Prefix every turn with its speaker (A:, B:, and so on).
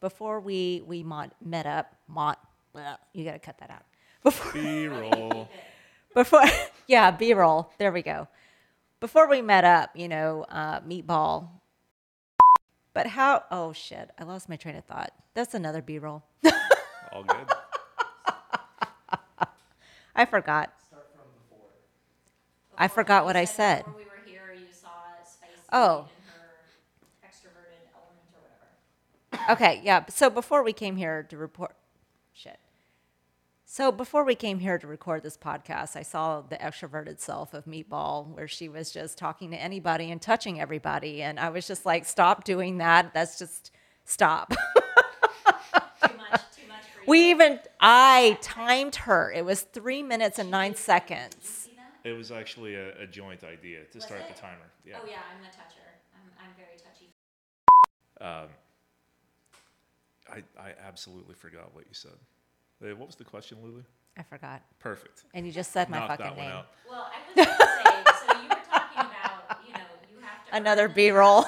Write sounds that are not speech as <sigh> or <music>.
A: before we we mod, met up, mod, bleh, you got to cut that out. Before <laughs>
B: B-roll.
A: before yeah, B roll. There we go. Before we met up, you know, uh, meatball. But how? Oh shit! I lost my train of thought. That's another B roll.
B: All good.
A: I forgot. I forgot what I said.
C: Before we were here, you saw Spice
A: Oh.
C: in her extroverted element or whatever.
A: Okay, yeah. So before we came here to report, shit. So before we came here to record this podcast, I saw the extroverted self of Meatball, where she was just talking to anybody and touching everybody, and I was just like, "Stop doing that. That's just stop." <laughs>
C: Too much, too much for you.
A: we even I timed her. It was three minutes and nine seconds.
C: See that?
B: It was actually a, a joint idea to start the timer. Yeah.
C: Oh yeah, I'm a toucher. I'm, I'm very touchy.
B: Um, I, I absolutely forgot what you said. Uh, What was the question, Lulu?
A: I forgot,
B: Perfect.
A: and you just said my
B: Knock
A: fucking
B: that one
A: name.
B: out.
A: <laughs>
C: Well, I was going to say, so you were talking about, you know, you have to.
A: Another
C: earn-
A: B roll.